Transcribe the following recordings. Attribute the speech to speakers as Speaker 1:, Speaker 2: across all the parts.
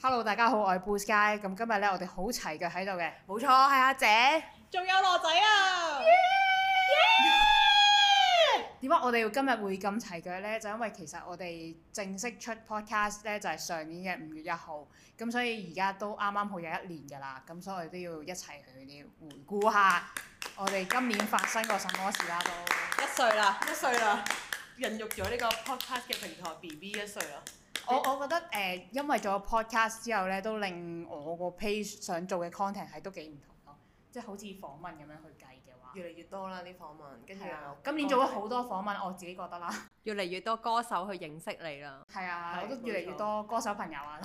Speaker 1: Hello，大家好，我係 Blue Sky。咁今日咧，我哋好齊腳喺度嘅。
Speaker 2: 冇錯，係阿姐。
Speaker 3: 仲有羅仔啊！
Speaker 1: 點解我哋要今日會咁齊腳咧？就因為其實我哋正式出 podcast 咧，就係上年嘅五月一號。咁所以而家都啱啱好有一年㗎啦。咁所以我哋都要一齊去了回顧下我哋今年發生過什麼事啦都。
Speaker 3: 一歲啦，一歲啦，孕育咗呢個 podcast 嘅平台 B B 一歲啦。
Speaker 1: 我我覺得誒、呃因為做咗 podcast 之後咧，都令我個 page 想做嘅 content 係都幾唔同咯。即係好似訪問咁樣去計嘅話，
Speaker 2: 越嚟越多啦啲訪問，跟住
Speaker 1: 係啊
Speaker 2: 又，
Speaker 1: 今年做咗好多訪問，我自己覺得啦。
Speaker 4: 越嚟越多歌手去認識你啦。
Speaker 1: 係啊，
Speaker 2: 係
Speaker 1: 我都越嚟越
Speaker 2: 冇錯
Speaker 1: 多歌手朋友啊，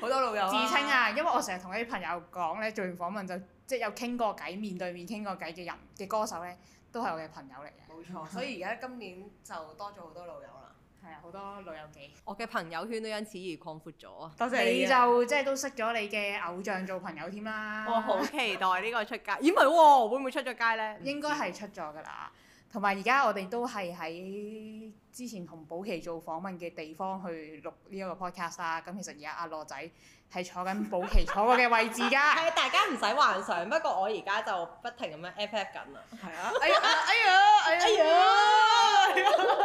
Speaker 2: 好多老友啊
Speaker 1: 自稱，啊，因為我成日同啲朋友講咧，做完訪問就即係有傾過偈，面對面傾過偈嘅人嘅歌手咧，都係我嘅朋友嚟嘅。
Speaker 2: 冇錯。所以而家今年就多咗好多老友啦。
Speaker 1: 係啊，好多老友記。
Speaker 4: 我嘅朋友圈都因此而擴闊咗啊！
Speaker 2: 多
Speaker 1: 你就即係都識咗你嘅偶像做朋友添啦。
Speaker 4: 我好期待呢個出街，咦唔係喎，會唔會出咗街呢？
Speaker 1: 應該係出咗㗎啦。同埋而家我哋都係喺之前同寶琪做訪問嘅地方去錄呢一個 podcast 啦。咁其實而家阿羅仔係坐緊寶琪坐過嘅位置㗎。
Speaker 4: 係啊大家唔使幻想，不過我而家就不停咁樣 FF 緊啦。
Speaker 2: 係啊，
Speaker 1: 哎呀哎呀哎
Speaker 4: 哎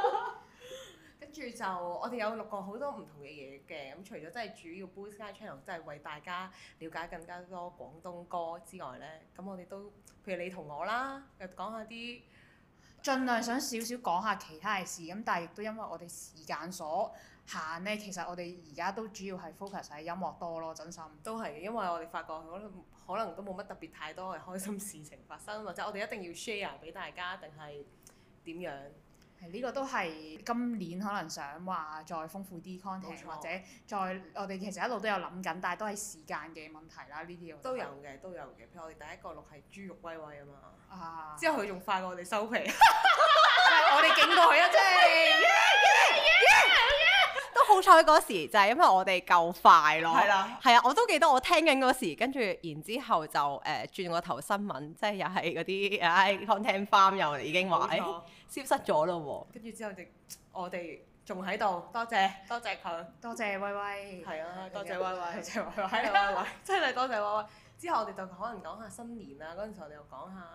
Speaker 2: 跟住就我哋有錄過好多唔同嘅嘢嘅，咁除咗真係主要 Blue Sky Channel 真係為大家了解更加多廣東歌之外咧，咁我哋都譬如你同我啦，又講下啲
Speaker 1: 盡量想少少講下其他嘅事，咁但係亦都因為我哋時間所限咧，其實我哋而家都主要係 focus 喺音樂多咯，真心。
Speaker 2: 都係嘅，因為我哋發覺可能可能都冇乜特別太多嘅開心事情發生，或者我哋一定要 share 俾大家，定係點樣？
Speaker 1: 係呢、個都係今年可能想話再豐富啲
Speaker 2: 冇
Speaker 1: content，
Speaker 2: 錯
Speaker 1: 或者再我哋其實一路都有諗緊，但係都係時間嘅問題啦，呢啲我覺得
Speaker 2: 都有嘅，都有嘅。譬如我哋第一個錄係豬肉威威啊嘛，
Speaker 1: 啊。
Speaker 2: 之後佢仲快過我哋收皮，
Speaker 1: 我哋警告佢啊，真係。
Speaker 4: 都好彩嗰時就係因為我哋夠快咯。
Speaker 2: 係啦。
Speaker 4: 係啊，我都記得我聽緊嗰時，跟住然之後就誒、呃、轉個頭新聞，即係又係嗰啲唉 content farm 又已經話
Speaker 2: 冇
Speaker 4: 誒
Speaker 2: 錯
Speaker 4: 消失咗咯
Speaker 2: 跟住之後就我哋仲喺度，多謝多謝佢，
Speaker 1: 多謝威威。
Speaker 2: 係啊，多謝威
Speaker 1: 多
Speaker 2: 威，
Speaker 1: 謝威威。
Speaker 2: 多謝威威，真係多啊謝威威。之後我哋就可能講下新年啊，嗰陣時我哋又講下，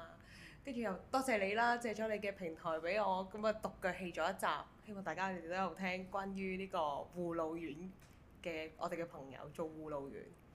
Speaker 2: 跟住又多謝你啦，借咗你嘅平台俾我，咁啊獨腳戲咗一集，希望大家你哋都有聽關於呢個護老院嘅我哋嘅朋友做護老院，係啊，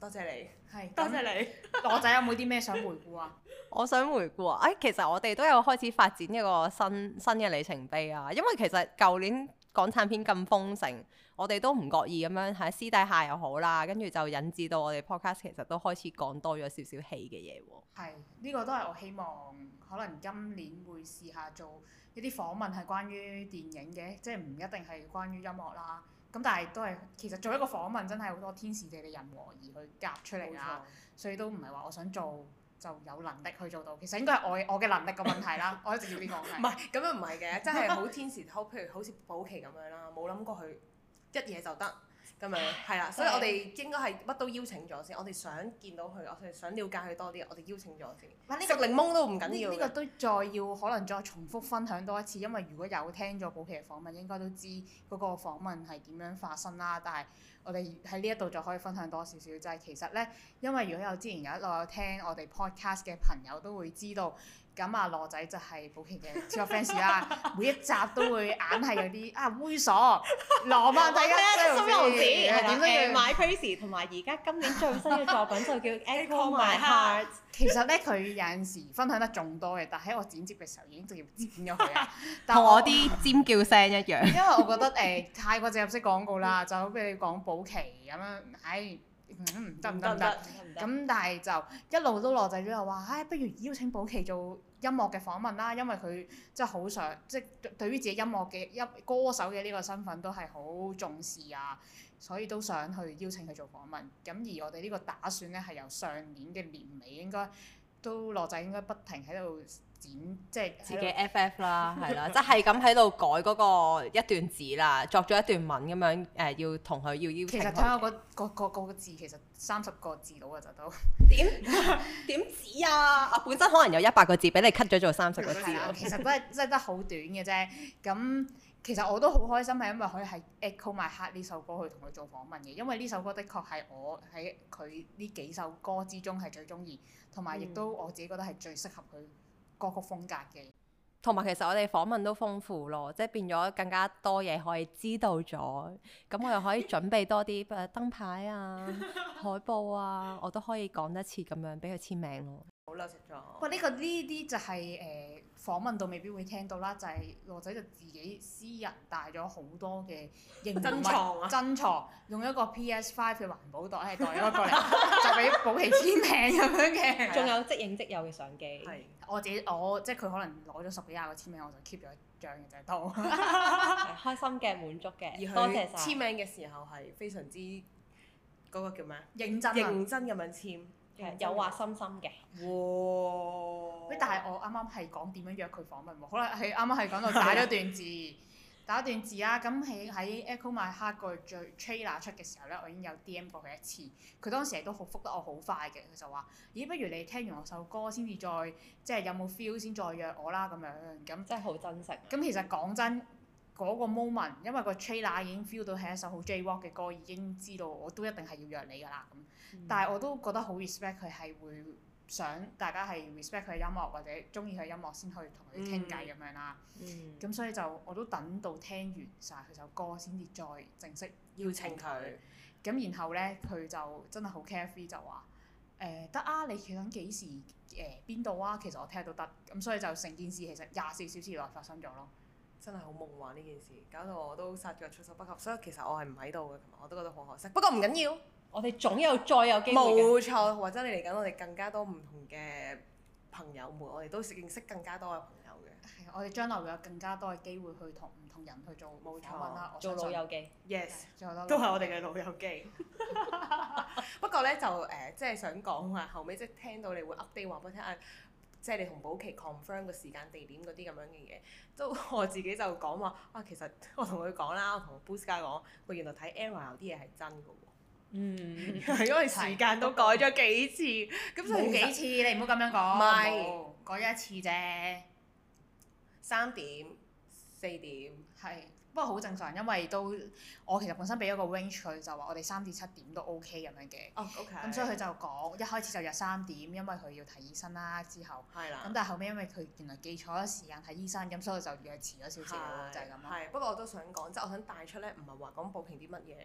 Speaker 2: 多謝你，
Speaker 1: 係。
Speaker 2: 多
Speaker 1: 多謝
Speaker 2: 謝你。
Speaker 1: 羅仔有冇啲咩想回顧啊？
Speaker 4: 我想回顧啊，誒、其實我哋都有開始發展一個新新嘅里程碑啊，因為其實舊年港產片咁豐盛，我哋都唔覺意咁樣喺私底下又好啦，跟住就引致到我哋 podcast 其實都開始講多咗少少戲嘅嘢喎。
Speaker 1: 係，呢、個都係我希望，可能今年會試下做一啲訪問係關於電影嘅，即係唔一定係關於音樂啦。咁但係都係其實做一個訪問真係好多天時地利人和而去夾出嚟啦，所以都唔係話我想做就有能力去做到，其實應該係我我嘅能力個問題啦，我一直要呢個
Speaker 2: 唔
Speaker 1: 係。
Speaker 2: 係咁又唔係嘅，真係好天時，好譬如好似保期咁樣啦，冇諗過佢一嘢就得咁樣，係啦，所以我哋應該係乜都邀請咗先，我哋想見到佢，我哋想了解佢多啲，我哋邀請咗先。
Speaker 1: 嗱呢
Speaker 2: 食
Speaker 1: 個
Speaker 2: 檸檬都唔緊
Speaker 1: 呢
Speaker 2: 要
Speaker 1: 呢個
Speaker 2: 嘅，
Speaker 1: 都再要可能再重複分享多一次，因為如果有聽咗寶琪嘅訪問，應該都知嗰個訪問係點樣發生啦。但係我哋喺呢一度就可以分享多少少，就係、其實呢，因為如果有之前有一路有聽我哋 podcast 嘅朋友都會知道，咁啊羅仔就係寶琪嘅超級 fans 啦，每一集都啊會硬係有啲啊猥瑣、羅曼蒂嘅
Speaker 4: 心遊子
Speaker 1: 點都要
Speaker 4: My Crazy 同埋而家今年最新嘅作品就叫 Echo My
Speaker 2: My
Speaker 4: Heart
Speaker 2: Heart。
Speaker 1: 其實咧，佢有陣時分享得仲多嘅，但喺我剪接嘅時候已經直接剪咗佢 啦。但
Speaker 4: 同我啲尖叫聲一樣，
Speaker 1: 因為我 覺得誒、太過植入式廣告啦，就好比你講保期咁樣，唉、嗯唔得唔得唔得。咁但係就一路都羅仔都有話，唉、不如邀請保期做音樂嘅訪問啦，因為佢即係好想，即係對對於自己音樂嘅音歌手嘅呢個身份都係好重視啊，所以都想去邀請佢做訪問。咁而我哋呢個打算咧係由上年嘅年尾應該都羅仔應該不停喺度剪，即係喺度
Speaker 4: 自己 FF 啦，係啦，即係咁喺度改嗰個一段字啦，作咗一段文咁樣誒、呃要同佢要
Speaker 1: 其
Speaker 4: 邀請
Speaker 1: 實睇
Speaker 4: 佢
Speaker 1: 下嗰嗰嗰嗰個字，其實三十個字到嘅啊就都
Speaker 4: 點 點止啊！啊，本身可能有一百個字，俾你 cut 咗做三十個字
Speaker 1: 係啦
Speaker 4: 咯。
Speaker 1: 其實都係真係得好短嘅啫。咁其實我都好開心，係因為佢係 Echo My Heart 呢首歌去同佢做訪問嘅，因為呢首歌的確係我喺佢呢幾首歌之中係最中意，同
Speaker 4: 嗯
Speaker 1: 埋亦都我自己覺得係最適合佢歌曲風格嘅。
Speaker 4: 同埋其實我哋訪問都豐富咯，即係變咗更加多嘢可以知道咗，咁我又可以準備多啲誒燈牌啊、海報啊，我都可以講一次咁樣俾佢簽名咯。
Speaker 2: 好啦，實在。
Speaker 1: 哇！呢、個呢啲就係、誒、訪問到未必會聽到啦，就係、羅仔就自己私人帶咗好多嘅應用物
Speaker 2: 珍藏啊
Speaker 1: 珍藏用一個 PS Five 嘅環保袋係袋咗 過嚟，就俾寶琪簽名咁樣嘅。
Speaker 4: 有即影即有嘅相機
Speaker 2: 係
Speaker 1: 我自己我即係佢可能攞咗十幾廿個簽名，我就 keep 咗一張嘅就係當。
Speaker 4: 係開心嘅、滿足
Speaker 2: 而
Speaker 4: 嘅，多謝
Speaker 2: 佢簽
Speaker 4: 晒。
Speaker 2: 名嘅時候係非常之嗰個叫咩啊？
Speaker 1: 認真啊！
Speaker 2: 認真咁樣簽。
Speaker 4: 係有話心心嘅，
Speaker 2: 哇
Speaker 1: 喂，但係我啱啱係講點樣約佢訪問喎，好啦，係啱啱係講到打咗段字， 打咗段字啦。咁喺喺 Echo My Heart 個最 trailer 出嘅時候咧，我已經有 DM 過佢一次，佢當時亦都好覆得我好快嘅，佢就話：咦，不如你聽完我首歌先至再，即係有冇 feel 先再約我啦咁樣。咁
Speaker 4: 真係好珍惜。
Speaker 1: 咁其實講真，嗰、個 moment，因為個 trailer 已經 feel 到係一首好 J-Walk 嘅歌，已經知道我都一定係要約你㗎啦咁。
Speaker 4: 嗯
Speaker 1: 但係我都覺得好 respect 佢係會想大家係 respect 佢嘅音樂或者中意佢嘅音樂先去同佢傾偈咁樣啦。
Speaker 4: 嗯
Speaker 1: 咁、所以就我都等到聽完晒佢首歌先至再正式
Speaker 2: 邀請佢，
Speaker 1: 咁然後咧，佢就真係好 carefree 就話誒得啊，你想幾時誒邊度啊？其實我聽都得。咁所以就成件事其實廿四小時內發生咗咯。
Speaker 2: 真係好夢幻呢件事，搞到我都殺腳措手不及。所以其實我係唔喺度嘅，琴日我都覺得好可惜。不過唔緊要，
Speaker 4: 我哋總有再有機會嘅。
Speaker 2: 冇錯，或者你嚟緊，我哋更加多唔同嘅朋友們，我哋都認識更加多嘅朋友嘅。
Speaker 1: 係我哋將來會有更加多嘅機會去同唔同人去做
Speaker 2: 冇
Speaker 1: 訪
Speaker 2: 錯
Speaker 1: 問啦。我
Speaker 4: 做
Speaker 1: 相
Speaker 4: 老
Speaker 1: 信
Speaker 4: 友記，
Speaker 2: Yes。
Speaker 1: 做得
Speaker 2: 都係我哋嘅老友記。 不過咧就誒、即係想講話後尾即係聽到你會 update 話俾我聽啊，即係你同寶琪 confirm 個時間、地點嗰啲咁樣嘅嘢，都我自己就講話啊，其實我同佢講啦，我同 b o o s t 家講，喂，原來睇 error 有啲嘢係真嘅
Speaker 4: 嗯，
Speaker 2: 喎，因為時間都改咗幾次，咁所以
Speaker 1: 冇
Speaker 2: 其
Speaker 1: 幾
Speaker 2: 實
Speaker 1: 次，你唔好咁樣講。
Speaker 2: 唔係
Speaker 1: 冇，改咗一次啫。
Speaker 2: 三點、四點，
Speaker 1: 係，不過好正常，因為都我其實本身俾咗個 range 佢，就話我哋三至七點都 OK 咁樣嘅。
Speaker 2: 哦，OK，
Speaker 1: 咁所以佢就講一開始就約三點，因為佢要睇醫生啦。之後
Speaker 2: 係啦
Speaker 1: 咁，但係後尾因為佢原來記錯咗時間睇醫生，咁所以就約遲咗少少，就係咁咯。
Speaker 2: 係，不過我都想講，即係我想帶出咧，唔係話講保平啲乜嘢，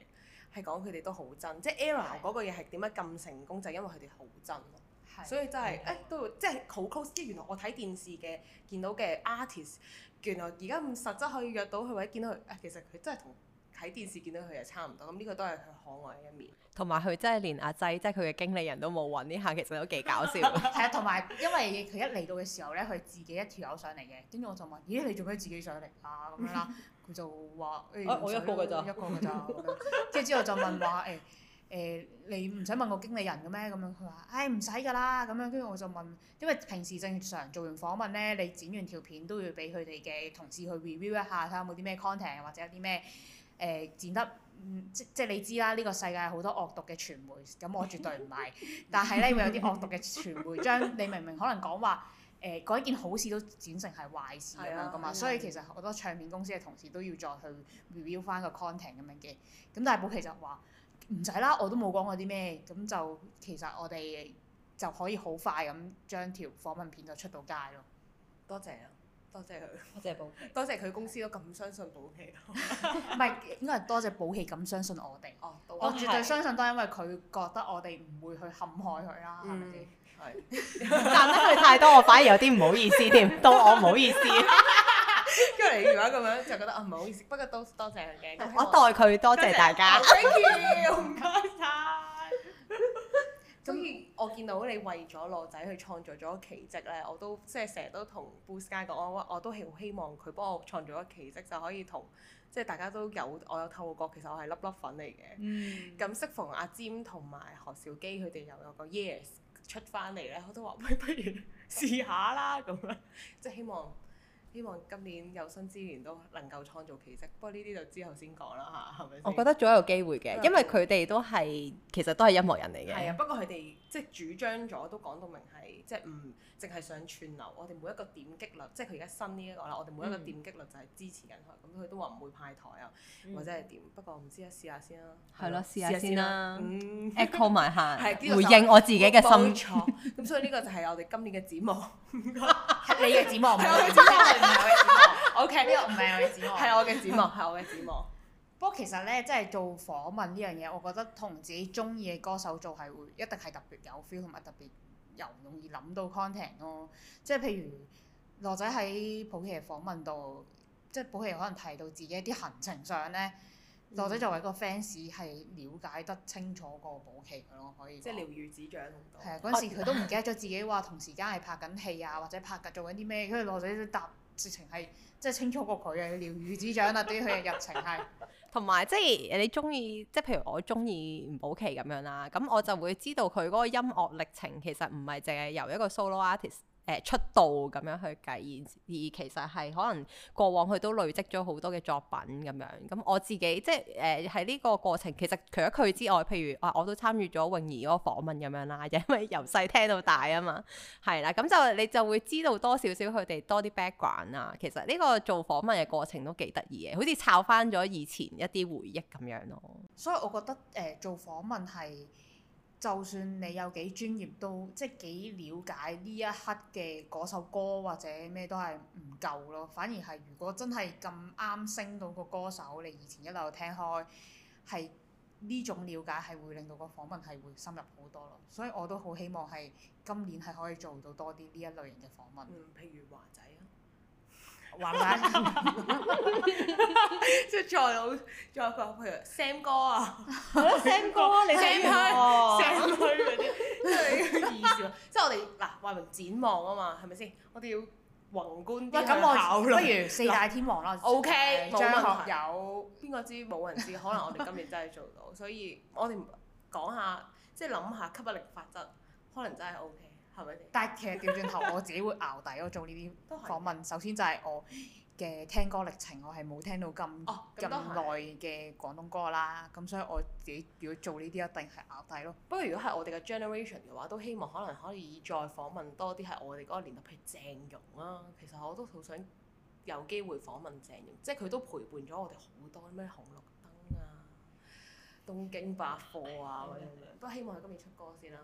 Speaker 2: 係講佢哋都好真。即係 Era 嗰個嘢係點解咁成功，就係因為佢哋好真咯。
Speaker 1: 係。
Speaker 2: 所以真係誒都會即係好 close。即係原來我睇電視嘅見到嘅 artist，原來而家咁實質可以約到佢，或者見到佢誒，其實佢真係同睇電視見到佢係差唔多。咁呢個都係佢可愛嘅一面。
Speaker 4: 同埋佢真係連阿仔，即係佢嘅經理人都冇揾呢下，其實都幾搞笑。
Speaker 1: 係啊，同埋因為佢一嚟到嘅時候咧，佢自己一條友上嚟嘅，跟住我就問：咦，你做咩自己上嚟啊？咁樣 啦，佢就話：誒、
Speaker 4: 啊
Speaker 1: 唔
Speaker 4: 我
Speaker 1: 使
Speaker 4: 一個㗎咋
Speaker 1: 一個㗎咋。咁樣跟住之後就問話：誒、誒、你唔使問我經理人嘅咩？咁樣佢話：唉，唔使㗎啦。咁樣跟住我就問，因為平時正常做完訪問咧，你剪完條片都要俾佢哋嘅同事去 review 一下，睇下有冇啲咩 content 或者有啲咩誒呃剪得。嗯即即你知啦，呢、個世界好多惡毒嘅傳媒，咁我絕對唔係。 但係咧會有啲惡毒嘅傳媒將你明明可能講話誒嗰一件好事都剪成係壞事咁樣噶
Speaker 2: 係
Speaker 1: 嘛，
Speaker 2: 啊
Speaker 1: 所以其實好多唱片公司嘅同事都要再去 review 翻個 content 咁樣嘅。咁但係寶琪就話唔使啦，我都冇講過啲咩，咁就其實我哋就可以好快咁將條訪問片就出到街咯。
Speaker 2: 多謝啊，多謝佢，
Speaker 4: 多謝報
Speaker 2: 多謝佢公司都咁相信寶氣。
Speaker 1: 唔係應該係多謝寶琪咁相信我哋。
Speaker 2: 哦，都
Speaker 1: 我
Speaker 4: 係
Speaker 1: 絕對相信都係因為佢覺得我哋唔會去陷害佢
Speaker 4: 啊
Speaker 1: 啦，係
Speaker 2: 嗯
Speaker 1: 咪先？
Speaker 2: 係。
Speaker 4: 讚得佢太多，我反而有啲唔好意思 添，到我唔好意思，
Speaker 2: 跟住你如果咁樣就覺得啊唔係好意思，不過都多謝佢嘅。
Speaker 4: 我代佢多謝大家。
Speaker 2: 哦 Thank you，唔該晒。所以我見到你為咗羅仔去創造咗奇蹟咧，我都即係成日都同 Boost 家講，我我都係好希望佢幫我創造咗奇蹟，就可以同即係大家都有我有透露過，其實我係粒粒粉嚟嘅。
Speaker 4: 嗯，
Speaker 2: 咁適逢阿詹同埋何兆基佢哋又有個 Yes 出翻嚟咧，我都話喂，不如試下啦咁樣，即係希望希望今年有新資源都能夠創造奇蹟。不過呢啲就之後先講啦嚇，係咪先？
Speaker 4: 我覺得總有機會嘅，
Speaker 2: 嗯
Speaker 4: 因為佢哋都係其實都係音樂人嚟
Speaker 2: 係啊，
Speaker 4: 嘅。
Speaker 2: 不過佢哋即係主張咗，都講到明係即係唔淨係上串流，我哋每一個點擊率，即係佢而家新呢一個啦，我哋每一個
Speaker 3: 嗯
Speaker 2: 點擊率就係支持緊佢，咁佢都話唔會派台啊，或者係點？不過唔知啊，試下先啦。
Speaker 4: 嗯係咯試下先啦
Speaker 2: 嗯，
Speaker 4: echo 埋下，
Speaker 2: 係呢個就
Speaker 4: 回應我自己嘅
Speaker 2: 冇
Speaker 4: 心。
Speaker 2: 錯。咁所以呢個就係我哋今年嘅展望。
Speaker 1: 係你嘅指望，唔係我嘅指望，唔係我嘅指望。
Speaker 2: 係我嘅指望 O K，
Speaker 1: 呢個唔係我嘅指望。
Speaker 2: 係我嘅展望，係我嘅展望。
Speaker 1: 不過其實咧，即係做訪問呢樣嘢，我覺得同自己中意嘅歌手做係會一定係特別有 feel 同埋特別又容易諗到 content 咯。即係譬如羅仔喺普奇嘅訪問度，即係普奇可能提到自己一啲行程上咧，羅
Speaker 2: 嗯
Speaker 1: 仔作為一個 fans 係了解得清楚過保奇嘅咯，可以講
Speaker 2: 即係了如指掌好多。
Speaker 1: 係啊，嗰陣時佢都唔記得咗自己話同時間係拍緊戲啊，或者拍緊做緊啲咩，跟住羅仔都答直情係即係清楚過佢啊，了如指掌啦，對於佢嘅日程係。
Speaker 4: 同埋即係你中意，即係譬如我中意吳寶琪咁樣啦，咁我就會知道佢嗰個音樂歷程其實唔係淨係由一個 solo artist 誒、出道咁樣去計，而而其實係可能過往佢都累積咗好多嘅作品咁樣。咁我自己即係誒喺呢個過程，其實除咗佢之外，譬如啊我都參與咗泳兒嗰個訪問咁樣啦，因為由細聽到大啊嘛，係啦，咁就你就會知道多少少佢哋多啲 background 啊。其實呢個做訪問嘅過程都幾得意嘅，好似抄翻咗以前一啲回憶咁樣咯。
Speaker 1: 所以我覺得誒、呃做訪問係，就算你有幾專業都，即係幾了解呢一刻嘅嗰首歌或者咩都係唔夠咯。反而係如果真係咁啱升到個歌手，你以前一路聽開，係呢種了解係會令到個訪問係會深入好多咯。所以我都好希望係今年係可以做到多啲呢一類型嘅訪 問。
Speaker 2: 嗯，譬如華仔啊，
Speaker 1: 話唔埋
Speaker 2: 即係再老再講譬如 Sam 哥啊。
Speaker 4: 係咯，Sam 哥， 你
Speaker 2: Sam
Speaker 4: 喎
Speaker 2: 聲虛嗰啲，真係意思喎。即係我哋嗱話明展望啊嘛，係咪先？我哋要宏觀
Speaker 1: 喂，
Speaker 2: 啲
Speaker 1: 咁
Speaker 2: 去考
Speaker 1: 我 不
Speaker 2: 慮。
Speaker 1: 如四大天王啦。
Speaker 2: OK，冇
Speaker 1: 張
Speaker 2: 問題
Speaker 1: 學友。
Speaker 2: 邊個知冇人知？可能我哋今年真係做到，所以我哋講下，即係諗下吸引力法則，可能真係 OK，係咪先？
Speaker 1: 但係其實調轉 頭，我自己會熬底咯。做呢
Speaker 2: 都
Speaker 1: 啲
Speaker 2: 係
Speaker 1: 訪問，首先就係我嘅聽歌歷程，我係冇聽到咁
Speaker 2: 哦咁
Speaker 1: 咁
Speaker 2: 都係
Speaker 1: 耐嘅廣東歌啦。咁所以我自己如果做呢啲，一定係熬底 咯。
Speaker 2: 不過如果係我哋嘅 generation 嘅話，都希望可能可以再訪問多啲係我哋嗰個年代，譬如鄭融啦。其實我都好想有機會訪問鄭融，即係佢都陪伴咗我哋好多咩紅綠燈啊、東京百貨啊嗰啲咁樣。不過希望佢今年出歌先啦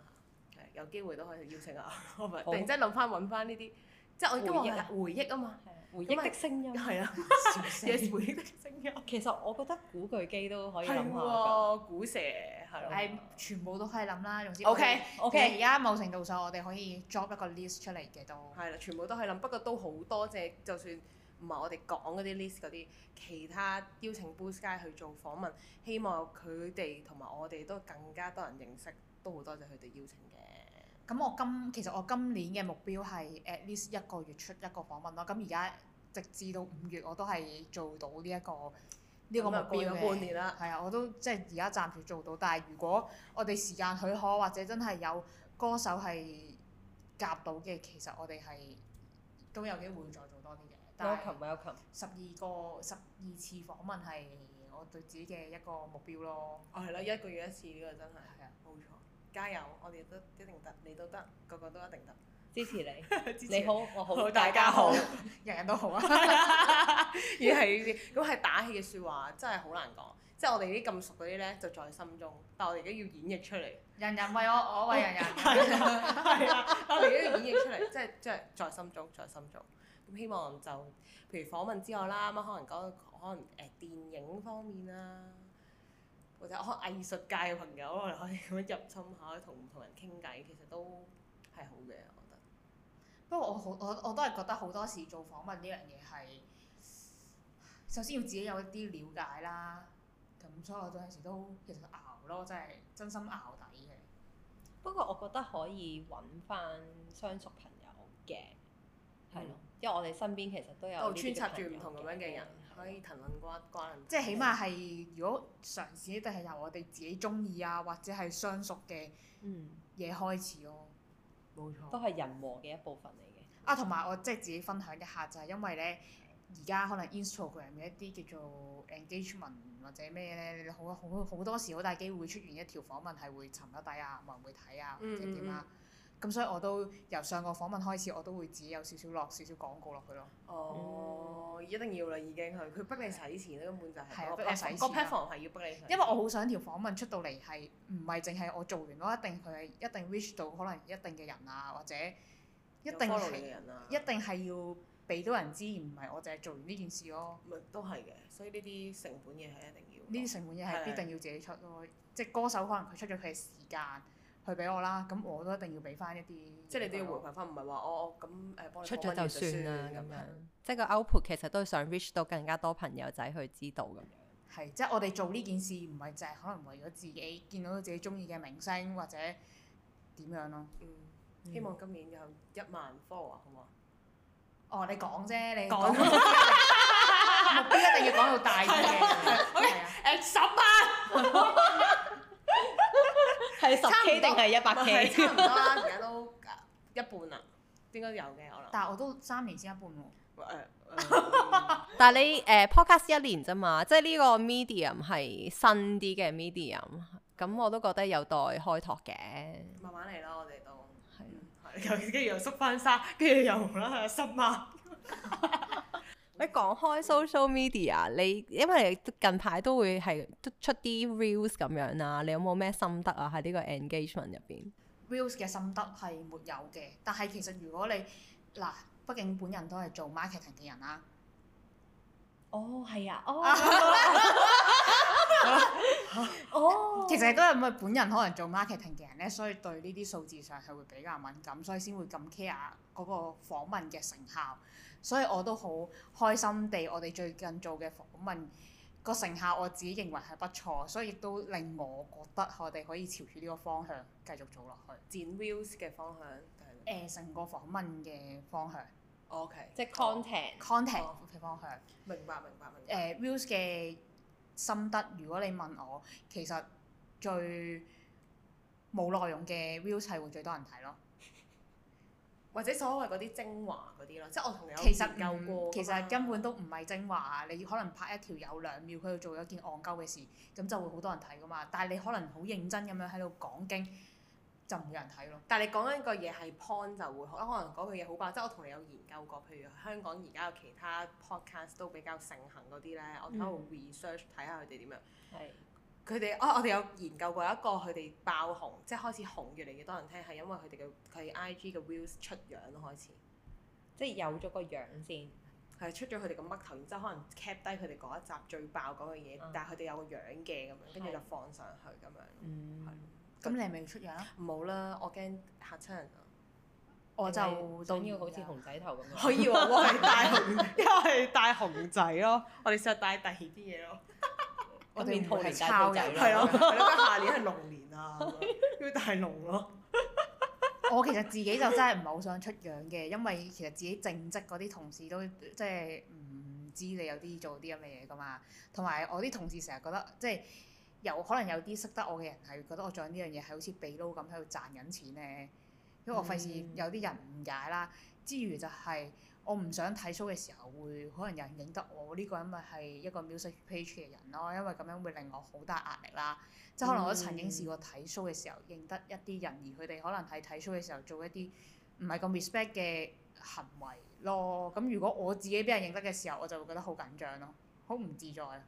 Speaker 2: 嚇，係有機會都可以邀請下。我咪突然之間諗翻揾翻呢啲，即係我今日
Speaker 4: 回憶
Speaker 2: 係
Speaker 4: 啊
Speaker 2: 回憶啊嘛，
Speaker 4: 回
Speaker 2: 憶的
Speaker 4: 聲音
Speaker 2: 係啊，有時回憶的聲音。
Speaker 4: 其實我覺得古巨基都可以諗下
Speaker 2: 係
Speaker 4: 㗎。
Speaker 2: 喎，古蛇係咯。
Speaker 1: 係全部都可以諗啦。總之
Speaker 2: OK，
Speaker 1: 我哋
Speaker 4: OK
Speaker 1: 其實而家某程度上，我哋可以 drop 一個 list 出嚟嘅都。
Speaker 2: 係啦，全部都係諗，不過都好多謝，就算唔係我哋講嗰啲 list 嗰啲，其他邀請 Blue Sky 去做訪問，希望佢哋同埋我哋都更加多人認識，都好多謝佢哋邀請嘅。
Speaker 1: 咁我今其實我今年嘅目標係 at least 一個月出一個訪問咯。咁而家直至到五月，我都係做到呢、一個呢、個
Speaker 2: 咁
Speaker 1: 目
Speaker 2: 啊過
Speaker 1: 標
Speaker 2: 咗
Speaker 1: 嘅
Speaker 2: 半。年啦，
Speaker 1: 係啊，我都即係而家暫時做到，但係如果我哋時間許可，或者真係有歌手係夾到嘅，其實我哋係都有機會再做多啲嘅。但係
Speaker 4: Welcome，welcome。
Speaker 1: 十二個十二次訪問係我對自己嘅一個目標咯。
Speaker 2: 哦係啦，一個月一次呢個真係
Speaker 1: 係啊，
Speaker 2: 冇錯，加油！我哋都一定得，你都得，個個都一定得。
Speaker 4: 支持你。
Speaker 2: 支持
Speaker 4: 你好，我好，
Speaker 2: 好大家好，
Speaker 1: 人人都好啊。
Speaker 2: 而係呢啲咁係打氣嘅説話，真係好難講。即係我哋呢啲咁熟嗰啲咧，就在心中，但係我哋而家要演繹出嚟。
Speaker 1: 人人為我，我為人人。
Speaker 2: 係啊，我哋都要演繹出嚟，即係即係在心中，在心中。咁希望就譬如訪問之外啦，咁可能講可能誒、呃、電影方面啦，或者可能藝術界嘅朋友，我哋可以咁樣入侵下，同唔同人傾偈，其實都係好嘅，我覺得。
Speaker 1: 不過我好我我都係覺得好多時做訪問呢樣嘢係首先要自己有一啲了解啦。咁所以我有陣時都其實熬咯，真係真心熬底嘅。
Speaker 4: 不過我覺得可以揾翻相熟朋友嘅，係咯，因為我哋身邊其實嗯都有
Speaker 2: 都
Speaker 4: 呢啲
Speaker 2: 穿插住
Speaker 4: 朋友
Speaker 2: 唔同咁樣嘅人，可以騰論瓜瓜論。
Speaker 1: 即係起碼係，如果嘗試一定係由我哋自己中意啊，或者係相熟嘅
Speaker 4: 嗯，
Speaker 1: 嘢開始咯。
Speaker 2: 冇錯
Speaker 4: 都係人和嘅一部分嚟嘅。
Speaker 1: 啊，同埋我即係自己分享一下，就係因為咧，而家可能 Instagram 嘅一啲叫做 engagement 或者咩咧，你好好好多時好大機會出現一條訪問係會沉得底啊，冇人會睇啊，或者點啊。咁所以我都由上個訪問開始，我都會自己有少少落少少廣告落去咯。
Speaker 2: 哦，一定要啦，已經係佢逼你使錢啦，根本就
Speaker 1: 嗯係啊
Speaker 2: 係個
Speaker 1: 逼我使
Speaker 2: platform 個
Speaker 1: 錢啊
Speaker 2: platform 係要逼你使錢。
Speaker 1: 因為我好想條訪問出到嚟係唔係淨係我做完咯，一定佢係一定 reach 到可能一定嘅人啊，或者一
Speaker 2: 一
Speaker 1: 定係
Speaker 2: 嘅人啊，
Speaker 1: 一定係要俾到人知，而唔係我淨係做完呢件事咯。
Speaker 2: 咪都係嘅，所以呢啲成本嘢係一定要落。
Speaker 1: 呢啲成本嘢係必定要自己出咯，即係歌手可能佢出咗佢嘅時間去俾我啦，咁我都一定要俾翻一啲，
Speaker 2: 即係你都要回饋翻，唔係話我我咁誒幫你
Speaker 4: 出
Speaker 2: 訪
Speaker 4: 咗
Speaker 2: 問
Speaker 4: 就
Speaker 2: 完
Speaker 4: 算啦咁
Speaker 2: 咁樣。
Speaker 4: 樣，即係個 output 其實都係想 reach 到更加多朋友仔去知道咁樣。
Speaker 1: 係即係我哋做呢件事唔係淨係可能為咗自己見到自己中意嘅明星或者點樣咯。
Speaker 2: 嗯，希望今年有一萬 follow 啊，好唔好啊？
Speaker 1: 哦，你講啫，你
Speaker 2: 講
Speaker 1: 目標一定要講到大
Speaker 2: 啊
Speaker 1: 嘅，係啊
Speaker 2: 誒十萬，
Speaker 4: 係十 K 定
Speaker 1: 差唔多
Speaker 4: 係一百 K？
Speaker 2: 係差唔多啦，而家都一半啦，應該有嘅我諗。
Speaker 1: 但係我都三年先一半喎。
Speaker 2: 誒誒
Speaker 4: 但係你誒、呃 podcast 一年啫嘛，即係呢個 medium 係新啲嘅 medium，咁我都覺得有待開拓嘅。
Speaker 2: 慢慢嚟啦，我哋都。嗯
Speaker 4: 係
Speaker 2: 係，跟住又縮翻沙，跟住又啦十萬。
Speaker 4: 你講開 social media，你因為你近排都會係都出啲 reels 咁樣啦，你有冇咩心得啊？喺呢個 engagement 入邊，
Speaker 1: Reels 嘅心得係沒有嘅，但係其實如果你嗱，畢竟本人都係做 marketing 嘅人啦，
Speaker 4: 哦係啊，哦
Speaker 1: 其實都係因為本人可能做 marketing 嘅人咧，所以對呢啲數字上係會比較敏感，所以先會咁 care 嗰個訪問嘅成效。所以我都好開心地，我哋最近做嘅訪問個成效，我自己認為係不錯，所以亦都令我覺得我哋可以朝住呢個方向繼續做落去。
Speaker 2: 剪 views 嘅方向
Speaker 1: 誒、成個訪問嘅方向
Speaker 2: ，O K，
Speaker 4: 即係 content。
Speaker 1: ，contact
Speaker 2: 哦
Speaker 1: 嘅方向。
Speaker 2: 明白明白明白。
Speaker 1: 誒 Wills 呃嘅心得，如果你問我，其實最冇內容嘅 Wills 係會最多人睇咯。
Speaker 2: 或者所謂嗰啲精華嗰啲咯，即係我同你有
Speaker 1: 其實
Speaker 2: 研究過㗎嘛
Speaker 1: 唔其實根本都唔係精華啊！你可能拍一條有兩秒，佢就做咗件戇鳩嘅事，咁就會好多人睇噶嘛。但係你可能好認真咁樣喺度講經，就唔會有人睇咯。
Speaker 2: 但係你講緊個嘢係 point 就會好，可能嗰句嘢好爆，即係我同你有研究過，譬如香港而家有其他 podcast 都比較盛行嗰啲咧，我喺度 research 睇下佢哋點樣。佢哋哦，我哋有研究過一個佢哋爆紅，即係開始紅越嚟越多人聽，係因為佢哋嘅佢 IG 嘅 views 出樣咯開始。
Speaker 4: 即係有咗個樣先，
Speaker 2: 係出咗佢哋個嘜頭，然之後可能 cap 低佢哋嗰一集最爆嗰樣嘢，
Speaker 4: 嗯
Speaker 2: 但係佢哋有個樣嘅咁樣，跟住就放上去咁樣。
Speaker 4: 嗯，
Speaker 1: 咁你係咪要出樣啊？
Speaker 2: 唔好啦，我驚嚇親人啊！
Speaker 1: 我就到
Speaker 4: 熊仔頭咁
Speaker 2: 佢以為我係戴紅， 因為係戴紅仔咯。我哋試下戴第二啲嘢咯。
Speaker 1: 我
Speaker 4: 今年
Speaker 1: 哋唔
Speaker 4: 兔
Speaker 1: 係
Speaker 4: 年大
Speaker 1: 抄
Speaker 4: 兔仔
Speaker 1: 人
Speaker 4: 啦
Speaker 2: 係咯，係咯，下年係龍年 啊，咁樣要戴龍咯。
Speaker 1: 我其實自己就真係唔係好想出樣嘅，因為其實自己正職嗰啲同事都即係唔知你有啲做啲咁嘅嘢噶嘛。同埋我啲同事成日覺得即係有可能有啲識得我嘅人係覺得我做緊呢樣嘢係好似秘撈咁喺度賺緊錢咧，因為我費事
Speaker 4: 嗯
Speaker 1: 有啲人誤解啦。之餘就係、我唔想睇 show 嘅時候會可能有人認得我呢、個人咪係一個 music page 嘅人咯，因為咁樣會令我好大壓力啦。即係可能我都曾經試過睇 show 嘅時候認得一啲人，而佢哋可能係睇 show 嘅時候做一啲唔係咁 respect 嘅行為咯。咁如果我自己俾人認得嘅時候，我就會覺得好緊張咯，好唔自在啊。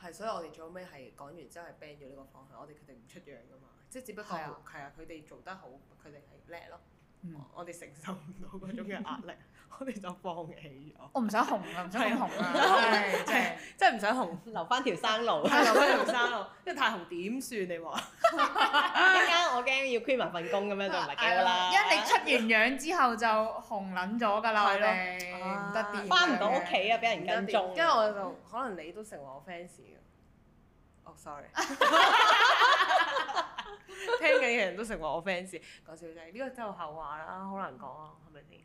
Speaker 2: 係，所以我哋最後尾係講完之後係 ban 咗呢個方向，我哋決定唔出樣噶嘛。即係只不過
Speaker 1: 係啊
Speaker 2: 係啊，佢哋做得好，佢哋係叻咯。
Speaker 1: 嗯
Speaker 2: 我哋承受唔到嗰種嘅 壓力，我哋就放棄咗，
Speaker 1: 我唔想紅啊，唔想咁紅啊，
Speaker 2: 係
Speaker 1: 唉真 係
Speaker 2: 即係唔想紅，
Speaker 4: 留翻條生路，
Speaker 2: 太留翻條生路，因為太紅點算你話？
Speaker 1: 啊
Speaker 4: 一間我驚要 quit 埋份工咁樣就唔係幾好啦。
Speaker 1: 因為你出完樣之後就紅撚咗㗎啦，我
Speaker 2: 係咯
Speaker 1: 哋唔得掂，
Speaker 4: 翻唔到屋。企啊，俾人跟蹤。
Speaker 2: 跟住我就可能你都成為我 fans 嘅。哦、sorry，聽緊嘅人都成為我 fans，講笑啫。呢個真係後話啦，好難講啊，係咪先？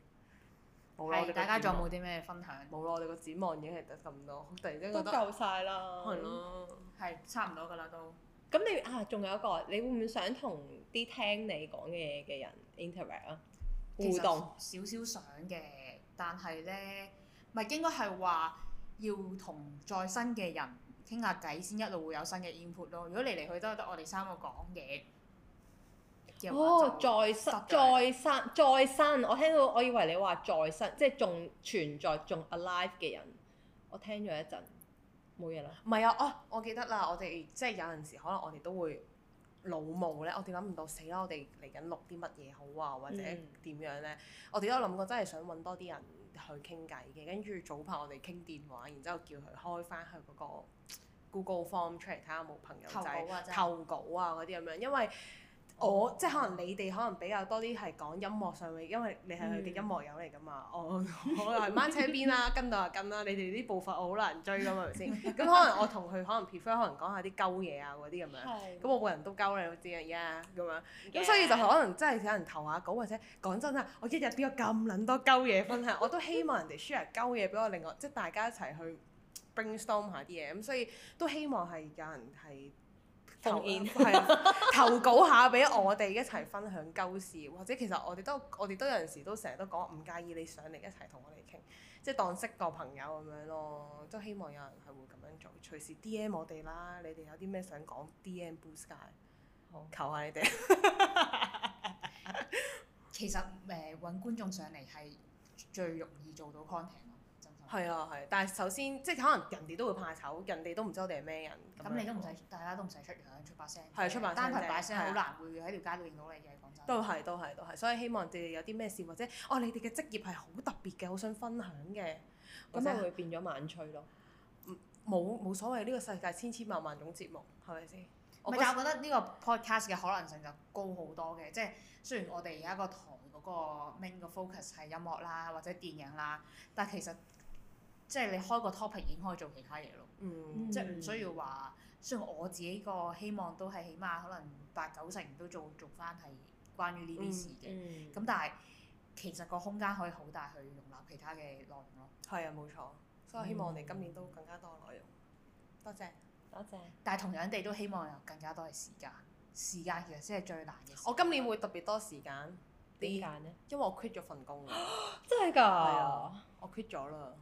Speaker 2: 冇啦，我哋
Speaker 1: 係，
Speaker 2: 個
Speaker 1: 大家仲
Speaker 2: 展
Speaker 1: 有冇
Speaker 2: 望
Speaker 1: 啲咩分享？
Speaker 2: 冇咯，我哋個展望已經係得咁多，突然之間
Speaker 4: 都
Speaker 2: 覺得
Speaker 4: 夠晒啦。
Speaker 2: 係。咯，
Speaker 1: 係差唔多㗎啦都。
Speaker 4: 咁你啊，仲有一個，你會唔會想同啲聽你講嘅嘢嘅人 interact 啊？
Speaker 1: 其
Speaker 4: 互
Speaker 1: 實
Speaker 4: 動
Speaker 1: 少少想嘅，但係咧，咪應該係話要同在生嘅人傾下偈先，一路會有新嘅 input 咯。如果嚟嚟去去都係得我哋三個講嘢嘅話
Speaker 4: 哦，
Speaker 1: 就
Speaker 4: 再生
Speaker 1: 得㗎
Speaker 4: 再生再生，我聽到我以為你話再生，即係仲存在仲 alive 嘅人，我聽咗一陣，冇嘢啦。
Speaker 2: 唔係啊，哦，我記得啦，我哋即係有陣時可能我哋都會老母咧，我哋諗唔到死啦，我哋嚟緊錄啲乜嘢好啊，或者
Speaker 4: 嗯
Speaker 2: 點樣咧？我哋都有諗過，真係想揾多啲人去傾偈嘅。跟住早排我哋傾電話，然之後叫佢開翻佢嗰個 Google Form 出嚟，睇下有冇朋友
Speaker 1: 投稿
Speaker 2: 仔
Speaker 1: 啊，真係。
Speaker 2: 投稿啊嗰啲咁樣，因為我即係可能你哋可能比較多啲係講音樂上面，因為你係佢嘅
Speaker 4: 嗯
Speaker 2: 音樂友嚟噶嘛。我我係掹車邊啦，跟到就跟啦。你哋啲步伐我好難追噶嘛，係咪先？咁可能我同佢可能 prefer 可能講下啲鳩嘢啊嗰啲咁樣。咁我個人都鳩你都知啊，呀咁樣。咁所以就可能真係有人投下稿，或者講真啊，我一日邊有咁撚多鳩嘢分享，我都希望人哋 share 鳩嘢俾我，另外即係大家一齊去 brainstorm 下啲嘢，咁所以都希望係有人係投
Speaker 4: 奉獻
Speaker 2: 係啊投稿下俾我哋一齊分享鳩事，或者其實我哋都我哋都有陣時都成日都講唔介意你上嚟一齊同我哋傾，即係當識個朋友咁樣咯，都希望有人係會咁樣做，隨時 D M 我哋啦，你哋有啲咩想講 D M Blue Sky，
Speaker 4: 好
Speaker 2: 求下你哋。
Speaker 1: 其實誒揾觀眾上嚟係最容易做到 content 咯，真心。
Speaker 2: 係啊係，但係首先即係可能人哋都會怕醜，人哋都唔知我哋係咩人。
Speaker 1: 咁你都唔使，大家都唔使出樣出把聲。
Speaker 2: 係出把聲
Speaker 1: 單憑
Speaker 2: 啫
Speaker 1: 把聲
Speaker 2: 係啊
Speaker 1: 好難會喺條街度認到你嘅，講真。
Speaker 2: 都係都係都係，所以希望你哋有啲咩事或者哦，你哋嘅職業係好特別嘅，好想分享嘅，或
Speaker 4: 咁
Speaker 2: 者
Speaker 4: 咪會變咗晚吹咯。
Speaker 2: 冇冇所謂呢個世界千千萬萬種節目，係咪先？
Speaker 1: 唔
Speaker 2: 我
Speaker 1: 係，
Speaker 2: 覺
Speaker 1: 但係
Speaker 2: 得
Speaker 1: 我覺得呢個 podcast 嘅可能性就高好多嘅，即係雖然我哋而家個台嗰個 main 個 focus 係音樂啦，或者電影啦，但係其實即係你開個 topic 已經可以做其他嘢咯，
Speaker 2: 嗯
Speaker 1: 即係唔需要話。雖然我自己個希望都係起碼可能八九成都做做翻係關於呢啲事嘅，
Speaker 4: 嗯
Speaker 1: 咁、但係其實個空間可以好大去容納其他嘅內容咯。
Speaker 2: 係啊冇錯，所以希望我哋今年都更加多內容。多謝，
Speaker 4: 多謝。
Speaker 1: 但係同樣地都希望有更加多嘅時間，時間其實先係最難嘅事。
Speaker 2: 我今年會特別多時間
Speaker 4: 點
Speaker 2: 啲，
Speaker 4: 解呢？
Speaker 2: 因為我 quit 咗份工啦，
Speaker 4: 真係㗎
Speaker 2: 啊我 quit 咗啦。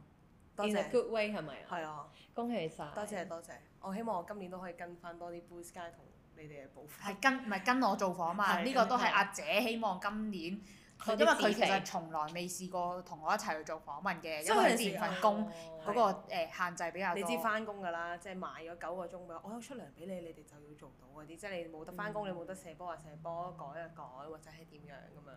Speaker 2: 多
Speaker 4: ，in a
Speaker 2: 謝，
Speaker 4: good way 係咪啊？
Speaker 2: 係啊，
Speaker 4: 恭喜晒！
Speaker 2: 多謝多謝，我希望我今年都可以跟翻多啲 Blue Sky 同你哋嘅步伐。
Speaker 1: 係跟唔係跟我做訪問，
Speaker 2: 係
Speaker 1: 呢個都係阿姐希望今年，
Speaker 4: 多
Speaker 1: 佢
Speaker 4: 啲
Speaker 1: 因為佢
Speaker 4: 自
Speaker 1: 其實
Speaker 4: 肥
Speaker 1: 從來未試過同我一齊去做訪問嘅，因為
Speaker 2: 所以有
Speaker 1: 佢
Speaker 2: 陣
Speaker 1: 之
Speaker 2: 時
Speaker 1: 前份工
Speaker 4: 哦
Speaker 1: 嗰個誒限制比較
Speaker 2: 你
Speaker 1: 多。
Speaker 2: 知翻工㗎啦，即係賣咗九個鐘俾我，我有出糧俾你，你哋就要做到嗰啲，即係你冇得翻工，你冇得射波啊射波，改啊改，或者係點樣咁樣。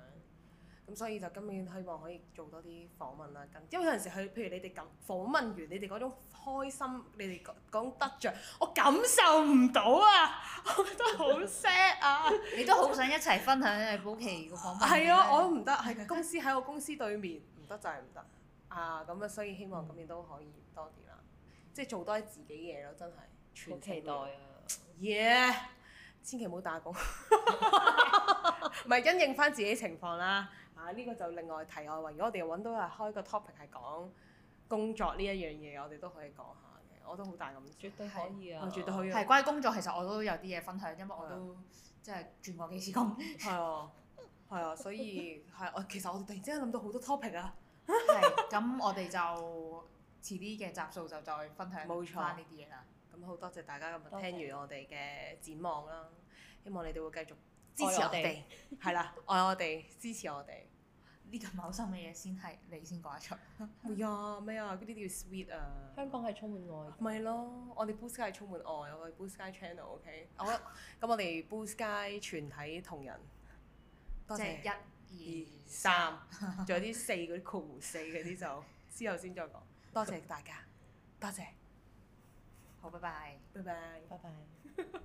Speaker 2: 咁所以就今年希望可以做多啲訪問啦，跟因為有陣時佢譬如你哋咁訪問完，你哋嗰種開心，你哋講講得着，我感受唔到啊，我覺得好 sad 啊。
Speaker 1: 你都好想一齊分享你保期個 訪問。
Speaker 2: 係啊，我都唔得，係公司喺我公司對面，唔得就係唔得啊！咁啊，所以希望今年都可以多啲啦，即係做多啲自己嘢咯，真係
Speaker 4: 好
Speaker 2: 全
Speaker 4: 期待啊！
Speaker 2: 耶！千祈唔好打工，唔係因應翻自己情況啦。啊，呢、個就另外題外話。如果我哋揾到係開個 topic 係講工作呢一樣嘢，我哋都可以講下嘅。我都好大咁，
Speaker 4: 絕對可以啊！
Speaker 2: 我絕對可以。
Speaker 1: 係關於工作，其實我都有啲嘢分享，因為我都即係啊轉過幾次 工。
Speaker 2: 係啊，係啊，所以係我其實我哋突然之間諗到好多 topic 啊！
Speaker 1: 係咁，我哋就遲啲嘅集數就再分享
Speaker 2: 冇錯
Speaker 1: 翻呢啲嘢啦。
Speaker 2: 咁好多謝大家
Speaker 4: 多
Speaker 2: 今
Speaker 4: 謝
Speaker 2: 日聽完我哋嘅展望啦，希望你哋會繼續支
Speaker 4: 愛
Speaker 2: 持我
Speaker 4: 我哋
Speaker 2: 哋，係啦，愛我哋，支持我哋。
Speaker 1: 呢咁嘔心嘅嘢先係你先講得出。
Speaker 2: 會啊，咩啊，嗰啲叫 sweet 啊。
Speaker 4: 香港係充滿愛。
Speaker 2: 咪咯，我哋 Blue Sky 充滿愛，我哋 Blue Sky Channel，OK、好啦，咁我哋 Blue Sky 全體同仁，多
Speaker 1: 即
Speaker 2: 謝
Speaker 1: 係
Speaker 2: 一
Speaker 1: 一、
Speaker 2: 二三，仲有啲四嗰啲括弧四嗰啲就之後先再講。多謝大家，多謝，
Speaker 1: 好，拜拜。
Speaker 2: 拜拜。
Speaker 4: 拜拜。